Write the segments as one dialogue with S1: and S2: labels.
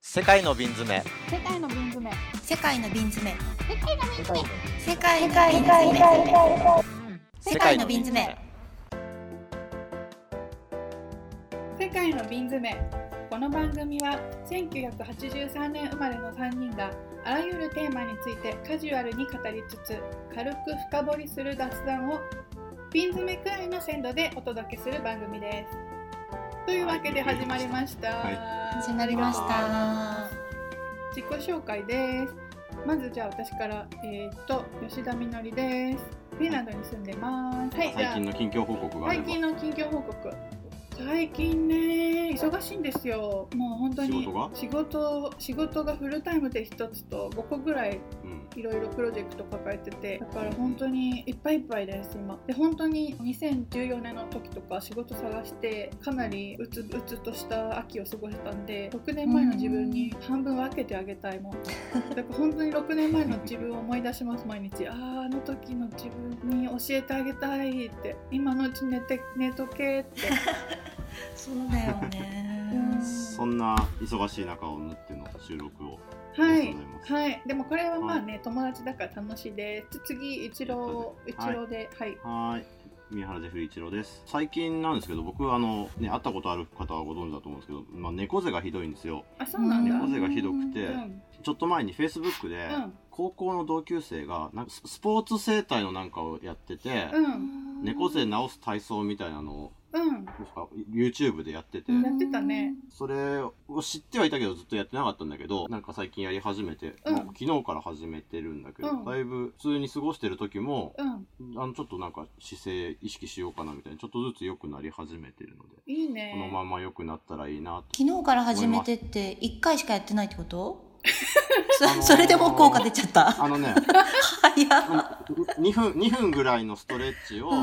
S1: 世界の瓶詰め
S2: 世界の瓶詰め
S3: 世界の瓶詰め
S2: 世界の瓶詰め
S3: 世界の瓶詰め世界の瓶詰め
S2: 世界の瓶詰めこの番組は1983年生まれの3人があらゆるテーマについてカジュアルに語りつつ軽く深掘りする雑談を瓶詰めくらいの鮮度でお届けする番組です。というわけで始まりました。
S1: は
S3: 始まりました
S2: 自己紹介です。まずじゃあ私から、えー、っと吉田みのりです。フィンランドに住んでます。はい、じ
S4: 最
S2: ゃ
S4: 近の近況報告
S2: あ
S4: があれ
S2: 最
S4: ば
S2: 近の近況報告。最近ね、忙しいんですよ。もう本当に
S4: 仕事が
S2: 仕事仕事がフルタイムで一つと5個ぐらい
S4: うん
S2: いろいろプロジェクト抱えててだから本当にいっぱいいっぱいです今で本当に2014年の時とか仕事探してかなりうつうつとした秋を過ごしたんで6年前の自分に半分分けてあげたいもん だから本当に6年前の自分を思い出します毎日あーあの時の自分に教えてあげたいって今のうち寝て寝とけって
S3: そうだよね
S2: うん
S4: そんな忙しい中を縫っての収録を
S2: は
S4: あり
S2: い
S4: がとうございます
S2: はいでもこれはまあね友達だから楽しいです次一郎一郎ではい
S4: はーい宮原ジェフ一郎です最近なんですけど僕あの、ね、会ったことある方はご存知だと思うんですけど、まあ、猫背がひどいんですよ
S2: あそうなんだ、
S3: う
S4: 猫背がひどくて、
S2: うん
S4: ちょっと前にフェイスブックで
S2: うん
S4: 高校の同級生がなんかススポーツ整体のなんかをやってて、
S2: うん
S4: 猫背治す体操みたいなのを
S2: うん
S4: 確か YouTube でやってて、
S3: うん
S2: やってたね
S4: それを知ってはいたけどずっとやってなかったんだけどなんか最近やり始めて、
S2: うん
S4: まあ昨日から始めてるんだけど、
S2: うん
S4: だいぶ普通に過ごしてる時も、
S2: うん
S4: あのちょっとなんか姿勢意識しようかなみたいなちょっとずつ良くなり始めてるので、
S2: いい
S4: この
S2: ね
S4: まま良くなったらいいなって
S3: 昨日から始めてって一回しかやってないって こと
S4: あの
S3: そそ
S4: ー
S3: れでもう効果出ちゃった
S4: あのね
S3: 早っ
S4: 2分2分ぐらいのストレッチを1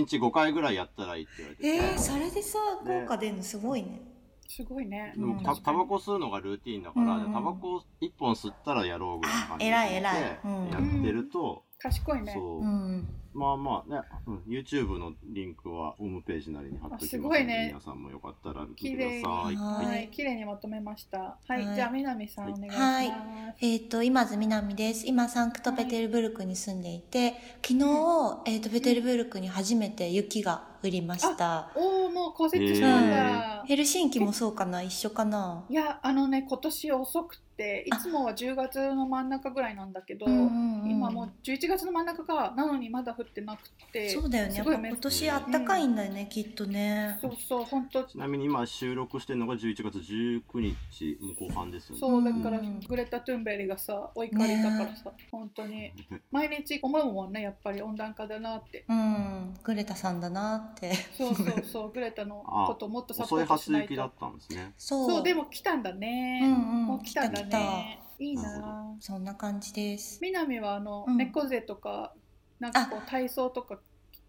S3: うん
S4: 日5回ぐらいやったらいいって言われてて、
S3: えー、それでさ
S4: ね
S3: 効果出るのすごいね
S2: すごいね
S4: でも
S3: うん
S4: た
S2: 確か
S4: タ
S2: に
S4: バコ吸うのがルーティンだから、
S3: うん
S4: でタバコ1本吸ったらやろうぐらいの感じで
S3: あ偉い偉いうん
S4: やってると、
S2: 賢いね
S4: そう、
S3: うん
S4: まあまあね、うん、YouTube のリンクはホームページなりに貼っておき
S2: あす
S4: ますの
S2: ご
S4: で
S2: いね
S4: 皆さんもよかったら見てくださ
S3: 綺
S4: い。
S3: 麗
S4: は
S2: はいい綺麗にまとめましたはい、
S3: はい
S2: じゃあ南さんお願いします
S3: はいえっ、と、今津南です。今、サンクトペテルブルクに住んでいて、昨日、えっ、と、ペテルブルクに初めて雪が降りました。
S2: おおもう降雪したんだ、
S3: ヘルシンキもそうかな一緒かない
S2: やあのね今年遅くていつもは10月の真ん中ぐらいなんだけど、今
S3: 今
S2: もう11月の真ん中かなのにまだ降ってなくて
S3: そうだよね。
S2: す
S3: やっ
S2: ご
S3: ぱ
S2: いめ
S3: 今年あったかいんだよね、きっとね。
S2: そうそう本当
S4: ちなみに今収録してるのが11月19日もう後半ですよね。
S2: そうだから
S3: うん
S2: グレタ・トゥーンベリがさお怒りだからさ、本当に毎日思うもんねやっぱり温暖化だなって
S3: うん。グレタさんだなって。
S2: そうそうそうグレタ のことをもっとサポ
S4: 遅い
S2: ートし
S4: 初
S2: ない
S4: 雪だ
S2: と
S4: ったんですね。
S3: そう。
S2: そうで
S3: も。
S2: も来たんだね、
S3: うん
S2: も
S3: う。
S2: うん来
S3: 来
S2: た
S3: た
S2: んだ
S3: 来
S2: ね
S3: た。
S2: いいな
S4: なるほ
S2: ぁ
S3: そんな感じです。
S2: 南はあの、
S3: うん
S2: 猫背とかなんかこう体操とか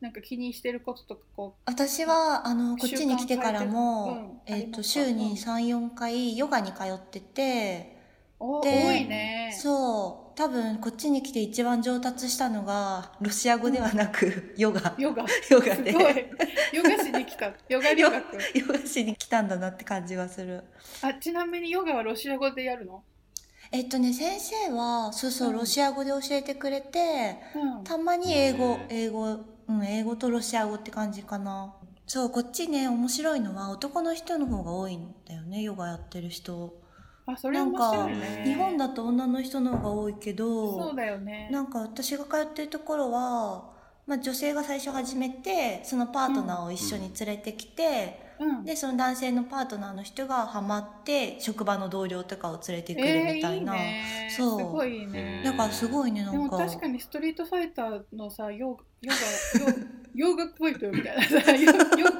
S2: なんか気にしてることとかこ
S3: 私は、あの、こっちに来てからも、えっ、
S2: 習慣変えてるうんありま
S3: と、
S2: す
S3: 週に3、4回ヨガに通ってて、
S2: うお
S3: で
S2: 多いね
S3: そう多分こっちに来て一番上達したのがロシア語ではなくヨガ
S2: ヨガす
S3: ヨ
S2: ご
S3: ガ
S2: い
S3: で
S2: ヨガしに来たヨガ留学
S3: ヨガしに来たんだなって感じはする
S2: あちなみにヨガはロシア語でやるの、
S3: えっとね先生はそうそううんロシア語で教えてくれて
S2: うん、
S3: たまに英語
S4: へ
S3: 英語うん英語とロシア語って感じかなそうこっちね面白いのは男の人の方が多いんだよねヨガやってる人
S2: あそれ面白いね
S4: へー
S3: 日本
S2: だ
S3: だと女の人の方が多いけど
S2: そうだよね
S3: なんか私が通ってるところは、まあ、女性が最初始めてそのパートナーを一緒に連れてきて、
S2: うん
S3: でその男性のパートナーの人がハマって職場の同僚とかを連れてく
S2: え
S3: る
S2: ー
S3: みたいな、
S2: いね
S3: そう
S2: すごいいいね
S3: だからすごいねな
S2: でも
S3: んか
S2: 確かにストリートファイターのさヨガヨガ ヨガっぽいとみたいなさ ヨ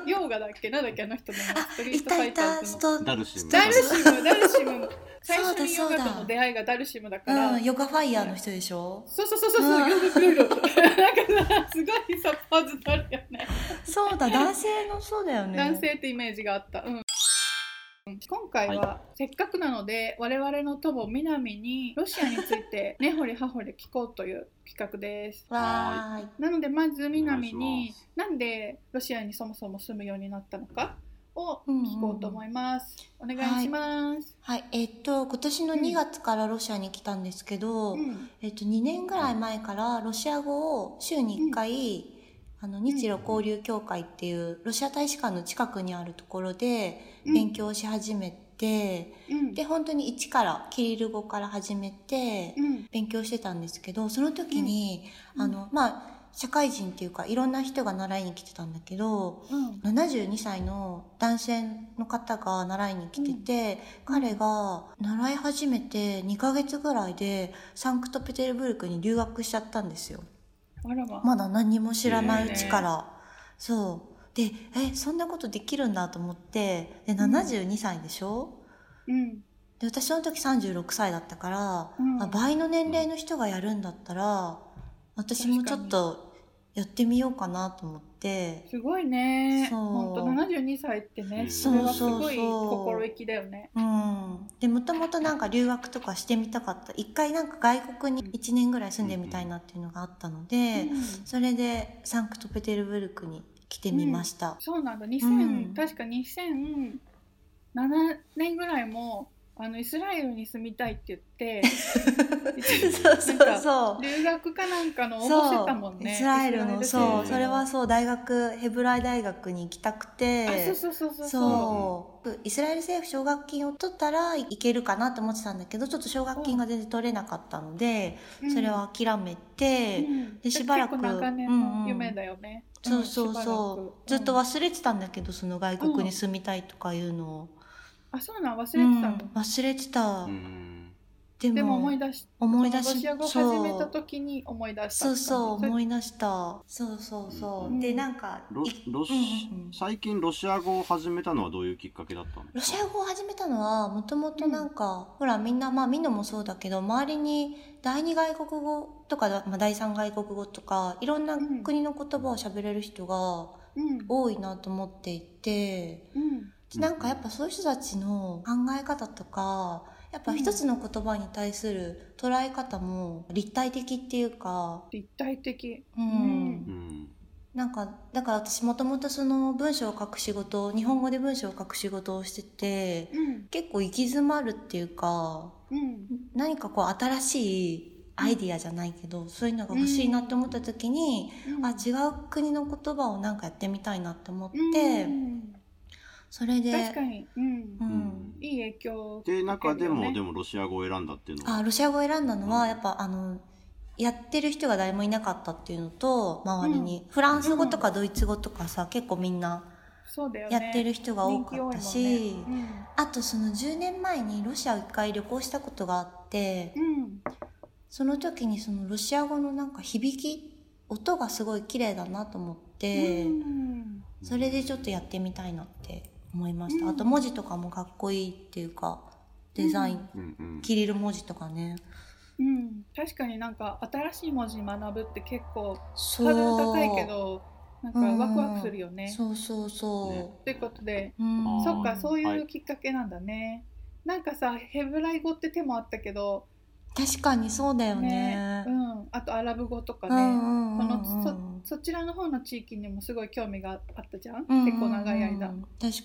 S2: ヨヨガだっけなんだっけあの人のストリ
S3: い
S2: ートフ
S3: た
S2: ァイ
S3: い
S2: ター
S3: た
S2: ズ
S3: ス
S2: の
S3: ト
S4: ダルシム。
S2: ダルシムダルシム最初にヨ
S3: そうだ
S2: ガ
S3: そうだ
S2: との出会いがダルシムだから、
S3: うん、ヨガファイヤーの人でしょ
S2: そうそうそうそうそう、
S3: うん
S2: ヨガクール なんかさすごいさパズドるよね、
S3: そう だ男性のそうだよね
S2: 男性ってイメージがあったうん今回は、せっかくなので我々の友南にロシアについて根掘り葉掘り聞こうという企画です
S3: わーい
S2: なのでまず南
S4: お願い
S2: に
S4: します
S2: なんでロシアにそもそも住むようになったのかを聞こうと思います。お願いします。
S3: はい、えっと、今年の
S2: うん
S3: 2月からロシアに来たんですけど、
S2: うん
S3: えっと、2年ぐらい前からロシア語を週に1回、あの、日露交流協会っていうロシア大使館の近くにあるところで
S2: うん
S3: 勉強し始めて、
S2: うん
S3: で、本当に一からキリル語から始めて、
S2: うん
S3: 勉強してたんですけどその時に、
S2: うん
S3: あのまあ社会人っていうかいろんな人が習いに来てたんだけど
S2: うん
S3: 72歳の男性の方が習いに来てて、彼が習い始めて2ヶ月ぐらいでサンクトペテルブルクに留学しちゃったんですよ
S2: あらま。
S3: まだ何にも知らないうちから、そうでえそんなことできるんだと思ってで
S2: ん
S3: 72歳でしょ、
S2: うん
S3: で私その時36歳だったから、
S2: うん
S3: あ倍の年齢の人がやるんだったら私もちょっとやってみようかなと思って
S2: すごいね。
S3: そう
S2: 本当七十二歳って
S4: う
S2: ね、
S4: ん
S2: それはすごい
S3: そうそうそう
S2: 心意気だよね。
S3: うんでもともとなんか留学とかしてみたかった一回なんか外国に1年ぐらい住んでみたいなっていうのがあったので、
S2: うん
S3: それでサンクトペテルブルクに来てみました、
S2: そうなんだ。二千
S3: うん
S2: 確か二千七年ぐらいもあのイスラエルに住みたいって 言って。
S3: そうそうそう
S2: 留学かなんかの応募してたも
S3: そ
S2: ん
S3: うイ
S2: ね。
S3: スラエルの
S2: イスラ
S3: そう
S4: うん
S3: それはそう大学ヘブライ大学に行きたくて
S2: あ、そうそうそうそう
S3: そう、イスラエル政府奨学金を取ったらいけるかなと思ってたんだけどちょっと奨学金が全然取れなかったので、
S2: うん
S3: それを諦めて、
S2: うん
S3: でしばらく
S2: 結構長年の夢だよね。
S3: そうそうそう、ずっと
S2: は
S3: 忘れてたんだけどその外国に住みたいとかいうのを、
S2: あ、そうなん忘れて
S3: う
S2: た
S3: ん
S2: の。
S3: 忘れてた、
S4: うん
S3: でも
S2: でも思い出し
S3: 思い
S2: ロ
S3: 出し
S2: シア語を始めた時に思い出した
S3: そうそうそう
S2: う
S3: 思い出したそうそうそう、
S2: うん
S3: でなんか
S4: ロ
S3: い
S4: ロシ
S3: うんうんうん
S4: 最近ロシア語を始めたのはどういうきっかけだったんで
S3: ロ
S4: す
S3: シ
S4: か
S3: ア語を始めたのはもともとなんか、ほらみんなまあみんなもそうだけど周りに第二外国語とか、まあ、第三外国語とかいろんな
S2: うん
S3: 国の言葉を喋れる人が
S2: うん
S3: 多いなと思っていて、
S2: うん
S4: うん
S3: なんかやっぱそういう人たちの考え方とかやっぱ一つの言葉に対する捉え方も立体的っていうか、
S2: 立体的
S3: うん
S2: うん
S4: うん
S3: なんかだから私もともとその文章を書く仕事日本語で文章を書く仕事をしてて。
S2: うん
S3: 結構行き詰まるっていうか
S2: うん
S3: 何かこう新しいアイディアじゃないけど、そういうのが欲しいなって思った時に、
S2: うん
S3: あ違う国の言葉をなんかやってみたいなって思って、
S2: うん
S3: それで
S2: 確かにうん
S3: うん
S2: いい影響
S4: で中でも、
S2: 受けるよね
S4: でもロシア語を選んだっていうのは
S3: あロシア語を選んだの
S4: う
S3: は
S4: ん
S3: やっぱあのやってる人が誰もいなかったっていうのと周りに、フランス語とかドイツ語とかさ結構みんな
S2: そうだよ
S3: や
S2: ね
S3: ってる人が多かったし、
S2: 人気多いもんね
S3: あとその10年前にロシアを1回旅行したことがあって。
S2: うん
S3: その時にそのロシア語のなんか響き音がすごい綺麗だなと思って、
S2: うん
S3: それでちょっとやってみたいなって思いました、
S2: うん
S3: あと文字とかもかっこいいっていうかデザイン、
S4: うんうん
S3: キリル文字とかね
S2: うん確かになんか新しい文字学ぶって結構ハ
S3: そ
S2: ードル
S3: う
S2: 高いけどなんかワクワクするよね
S3: そうそうそう、
S4: ね
S2: ということで
S3: うん、
S2: そっかそう
S4: は
S2: いう
S4: い
S2: きっかけなんだね、なんかさヘブライ語って手もあったけど
S3: 確かにそうだよね
S2: うん、あとアラブ語とか
S3: う
S2: ね、
S3: んうんうんうん
S2: そのそちらの方の地域にもすごい興味があったじゃん、
S3: うんうんうん
S2: 結構長い間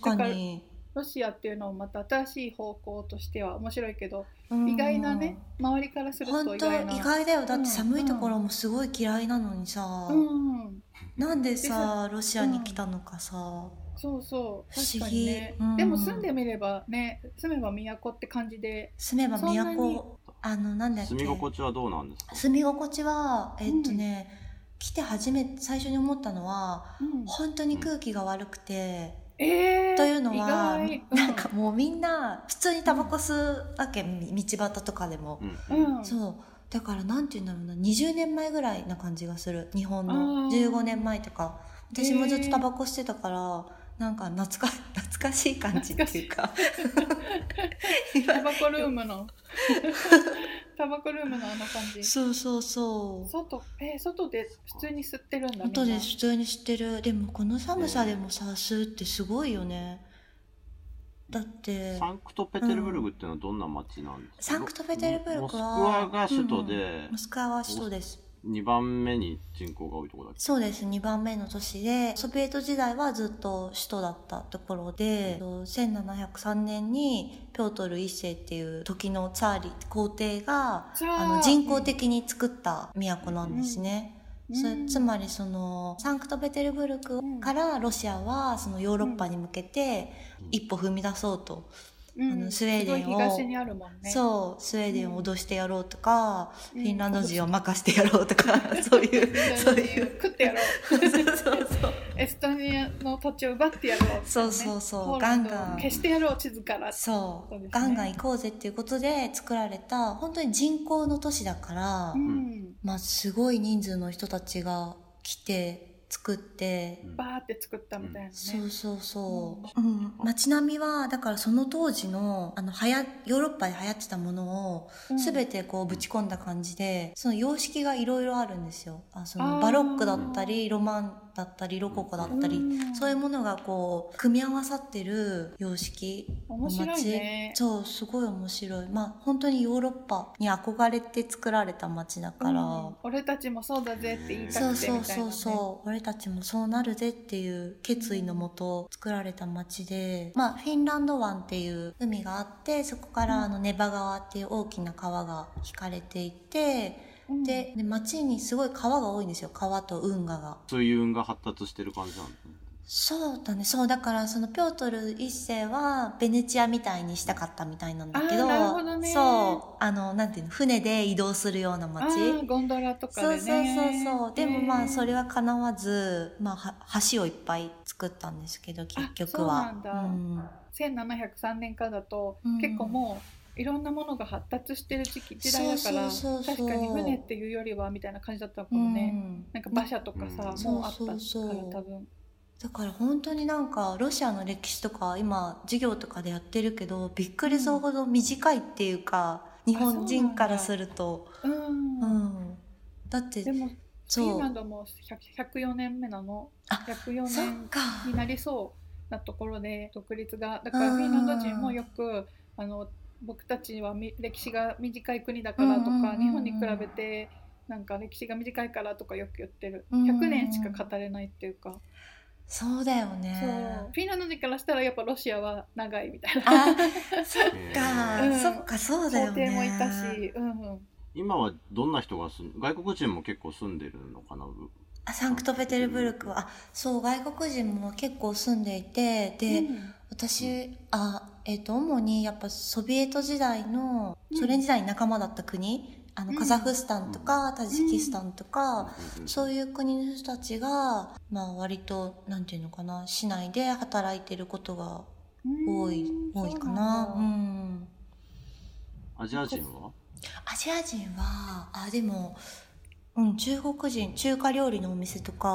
S3: 確かに
S2: ロシアっていうのもまた新しい方向としては面白いけど、
S3: うん
S2: 意外なね周りからすると
S3: 本
S2: 意
S3: 当
S2: 外な
S3: 意外だよだって寒いところもすごい嫌いなのにさ、
S2: うん
S3: なんで
S2: さ
S3: さロシアに来たのかさ、
S2: そうそう
S3: 不
S2: 確
S3: 思
S2: かに
S3: 議
S2: ね、
S3: うん
S2: でも住んでみればね住めば都って感じで
S3: 住めば
S2: そんなに
S3: 都あのなんだっけ
S4: 住み心地はどうなんですか
S3: 住み心地はえっとね、来て初め最初に思ったのは
S2: うん
S3: 本当に空気が悪くて、
S2: えー、
S3: というのは
S2: 意外
S3: なんかもうみんな普通にタバコ吸うわけ、み道端とかでも、
S2: う、
S4: うん
S2: うん、
S3: そうだからなんて言うんだろうな20年前ぐらいな感じがする日本
S2: あ
S3: の
S2: ー
S3: 15年前とか私もずっとタバコしてたからなんか懐か懐かしい感じっていうか今
S2: タバコルームの タバコルームのあの感じ
S3: そうそうそう。
S2: 外えー外で普通に吸ってるんだ
S3: 外
S2: みん
S3: で
S2: な
S3: 普通にしてる。でもこの寒さでもさ、吸うってすごいよね。だって、
S4: サンクトペテルブルクっていうのはどんな街なんですか
S3: サンクトペテルブルクは
S4: モスクワが首都で、
S3: モスクワは首都です。
S4: 2番目に人口が多いところだっけ
S3: そうです2番目の都市でソビエト時代はずっと首都だったところでと1703年にピョートル1世っていう時のツァーリ皇帝が
S2: じゃ
S3: あ
S2: あ
S3: の人工的に作った都なんですね。
S2: うん
S3: そ
S2: うん
S3: つまりそのサンクトペテルブルクからロシアはそのヨーロッパに向けて
S4: うん
S3: 一歩踏み出そうと、
S2: うん
S3: あのスウェーデンを
S2: すごい東にあるもんね
S3: そうスウェーデンを脅してやろうとか、
S2: うん
S3: フィンランド 人を任せてやろうとか、そういうそういう
S2: 食ってやろう
S3: そうそうそう
S2: エストニアの土地を奪ってやろう、
S3: そうそうそう
S2: ポーランドを
S3: ガンガン
S2: 消してやろう地図から
S3: そ
S2: そう
S3: う、
S2: ですね
S3: ガンガン行こうぜっていうことで作られた本当に人口の都市だから、
S2: うん、
S3: まあすごい人数の人たちが来て作って、
S4: うん
S2: バーって作ったみたいなね、
S3: そうそうそう、うん、街並みはだからその当時のあのはやヨーロッパで流行ってたものを
S2: うん
S3: 全てこうぶち込んだ感じでその様式がいろいろあるんですよあそ
S2: あ
S3: の
S2: ー
S3: バロックだったりロマンだったりロココだったり、
S2: うん
S3: そういうものがこう組み合わさってる様式
S2: 面白いね
S3: 街そうすごい面白いまあ本当にヨーロッパに憧れて作られた街だから、
S2: うん俺たちもそうだぜって言い
S3: そ
S2: たく
S3: う
S2: て
S3: そ
S2: み
S3: う
S2: たい
S3: そ
S2: な、ね、
S3: うそう俺たちもそうなるぜっていう決意のもと作られた町で、まあ、フィンランド湾っていう海があってそこからあのネバ川っていう大きな川が引かれていて
S2: うん
S3: でで町にすごい川が多いんですよ川と運河が。
S4: そういう運が発達してる感じなんですね
S3: そうだねそうだからそのピョートル一世はベネチアみたいにしたかったみたいなんだけど
S2: あーなるほどね
S3: そうあのなんていうの船で移動するような
S2: あ
S3: 町。
S2: ーゴンドラとか
S3: そう
S2: でね
S3: そうそうそうでもまあそれ
S2: は
S3: はかなわず、まあ、は橋をいっぱい作ったんですけど結局
S2: あ
S3: は
S2: そうなん1703年からだと、
S3: うん
S2: 結構もういろんなものが発達してる時期時代だから
S3: そうそうそうそう
S2: 確かに船っていうよりはみたいな感じだったのか
S3: う
S2: も
S3: ん
S2: ね、なんか馬車とかさ、
S4: うん
S2: もうあったから
S3: そうそうそう
S2: 多分
S3: だから本当になんかロシアの歴史とか今授業とかでやってるけどびっくりするほど短いっていうか、日本人からすると
S2: うん
S3: うん、だっ
S2: で
S3: て
S2: もフィン
S3: そ
S2: ラ
S3: う
S2: ンドも100 104年目なの
S3: あ
S2: 104
S3: そっ
S2: 年
S3: か
S2: になりそうなところで独立がだからフィンランド人もよくあの僕たちはみ歴史が短い国だからとか、
S3: うんうんうんうん
S2: 日本に比べてなんか歴史が短いからとかよく言ってる
S3: うんうんうん
S2: 100年しか語れないっていうか、
S3: そうだよ
S2: そう
S3: ね
S2: フィンランド人からしたらやっぱロシアは長いみたいな
S3: あそっか、
S2: うん
S3: そっかそうだよ
S2: 皇
S3: ね
S2: 帝もいたし、うんうん、
S4: 今はどんな人が住ん外国人も結構住んでるのかな
S3: あサンクトペテルブルクはあそう外国人も結構住んでいてで、
S2: うん
S3: 私あえっ、と主にやっぱソビエト時代の
S2: うん
S3: ソ連時代に仲間だった国、あ
S2: う
S3: の
S2: ん
S3: カザフスタンとかタジキスタンとか、そう
S4: いう
S3: いう国の人たちが、まあ、割となんていうのかな市内で働いてることが多い、多いかな。
S2: う
S3: うんん
S4: アジア人は
S3: アジア人はあでも、うん、中国人中華料理のお店とか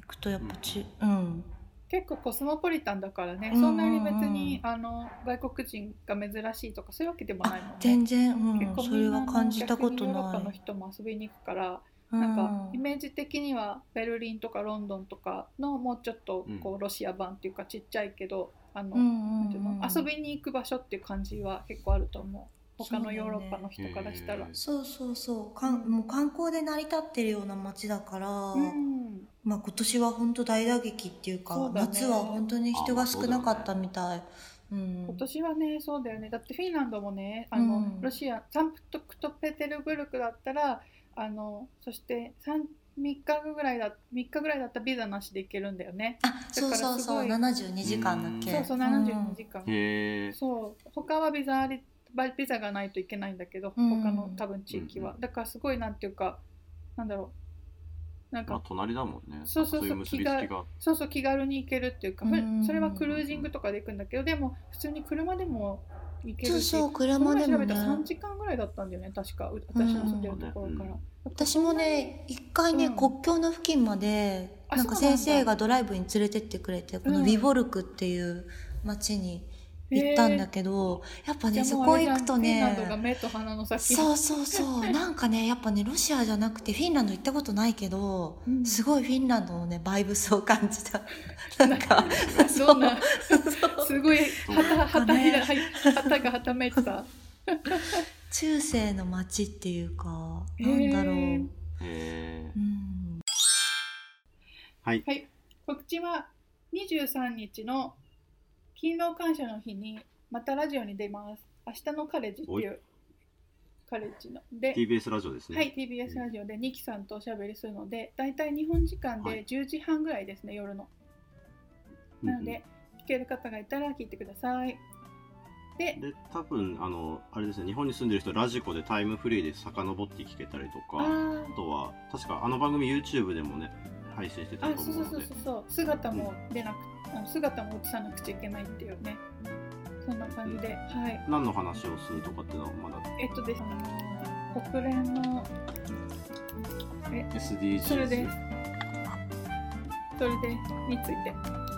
S3: 行くとやっぱ中うん
S2: 結構コスモポリタンだからね、
S3: うんうん
S2: そ
S3: うん
S2: んなに別にあの外国人が珍しいとかそういうわけでもないもんね
S3: あ全然、うん、
S2: 結
S3: そ
S2: 構み
S3: れ
S2: んな
S3: は感じたこと
S2: 逆にヨーロッパ
S3: な
S2: の
S3: い。
S2: 人も遊びに行くから、
S3: う
S2: なんかイメージ的にはベルリンとかロンドンとかのもうちょっとこうロシア版っていうかちっちゃいけど、あの、
S3: うん
S2: なんていうの遊
S3: び
S2: びに行く場所っていう感じは結構あると思う他のヨーロッパの人からしたら。
S4: へー
S3: そうそうそうかんもう観光で成り立ってるような街だから、
S2: うん
S3: まあ、今年は本当大打撃っていう
S2: そ
S3: か
S2: うだね
S3: 夏は本当に人が少なかったみたい。うん
S2: 今年はねそうだよねだってフィンランドもねあの、
S3: うん
S2: ロシアサンクトペテルブルクだったらあのそして3日ぐらいだ3日ぐらいだったらビザなしで行けるんだよね。
S3: あそうそう
S2: すご
S3: そう
S2: い
S3: 72時間だっけ
S2: そうそう72時間、
S4: へえ
S2: そう他はビザありバビザがないといけないんだけど、
S3: うん
S2: 他の多分地域は、
S4: うん
S2: だからすごいなんていうかなんだろうなんか、
S4: まあ隣だもんね
S2: そうそうそう
S4: いう結びつきが
S2: そうそう気軽に行けるっていうか、ふ
S3: うん
S2: それはクルージングとかで行くんだけどでも普通に車でも行けるし
S3: そうそう
S2: この
S3: 車
S2: 前
S3: で
S2: 調
S3: も
S2: べ
S3: ね
S2: たら3時間ぐらいだったんだよね確かう私の住んでるところから、
S4: うん
S3: 私もね一回ね、
S2: うん
S3: 国境の付近まで
S2: あ
S3: なんか
S2: そうなんだ
S3: 先生がドライブに連れてってくれてこ
S2: う
S3: の
S2: ん
S3: ウィボルクっていう町に行ったんだけど、やっぱ
S2: じゃ
S3: ね
S2: あ
S3: そ
S2: もう
S3: こ
S2: あれじ
S3: 行
S2: ゃん
S3: くと
S2: フィンランドが
S3: ね
S2: 目と鼻の先
S3: そうそうそうなんかねやっぱねロシアじゃなくてフィンランド行ったことないけど、
S2: うん
S3: すごいフィンランドのねバイブスを感じ たなんか
S2: どんな
S3: そうそう
S2: すごい旗
S3: そう
S2: 旗,、
S3: だね
S2: はい旗がはためいてた
S3: 中世の町っていうか、
S2: へー
S3: なんだろう
S4: えー
S3: うん
S4: はい
S2: はい、告知は23日の勤労感謝の日にまたラジオに出ます。明日のカレッジって
S4: お
S2: いうカレッジの。で、
S4: TBS ラジオですね
S2: はい、TBS ラジオでニキさんとおしゃべりするので、だいたい日本時間
S4: は
S2: で
S4: い
S2: 10時半ぐらいですね、夜の。
S4: うんう
S2: なんので、聞ける方がいたら聞いてください。で、
S4: で多分あのあれですね日本に住んでる人ラジコでタイムフリーで遡って聞けたりと
S2: あ
S4: か
S2: ー
S4: あとは確かあの番組 YouTube でもね配信してた
S2: あ、
S4: と
S2: そう
S4: 思
S2: そううそう
S4: ので
S2: そうそう、姿も出なく、あの姿も映さなくちゃいけないっていうね、そんな感じで、はい。
S4: 何の話をするとかっていうのはまだ
S2: えっとですね、国連の
S4: SDGs
S2: それです。それですについて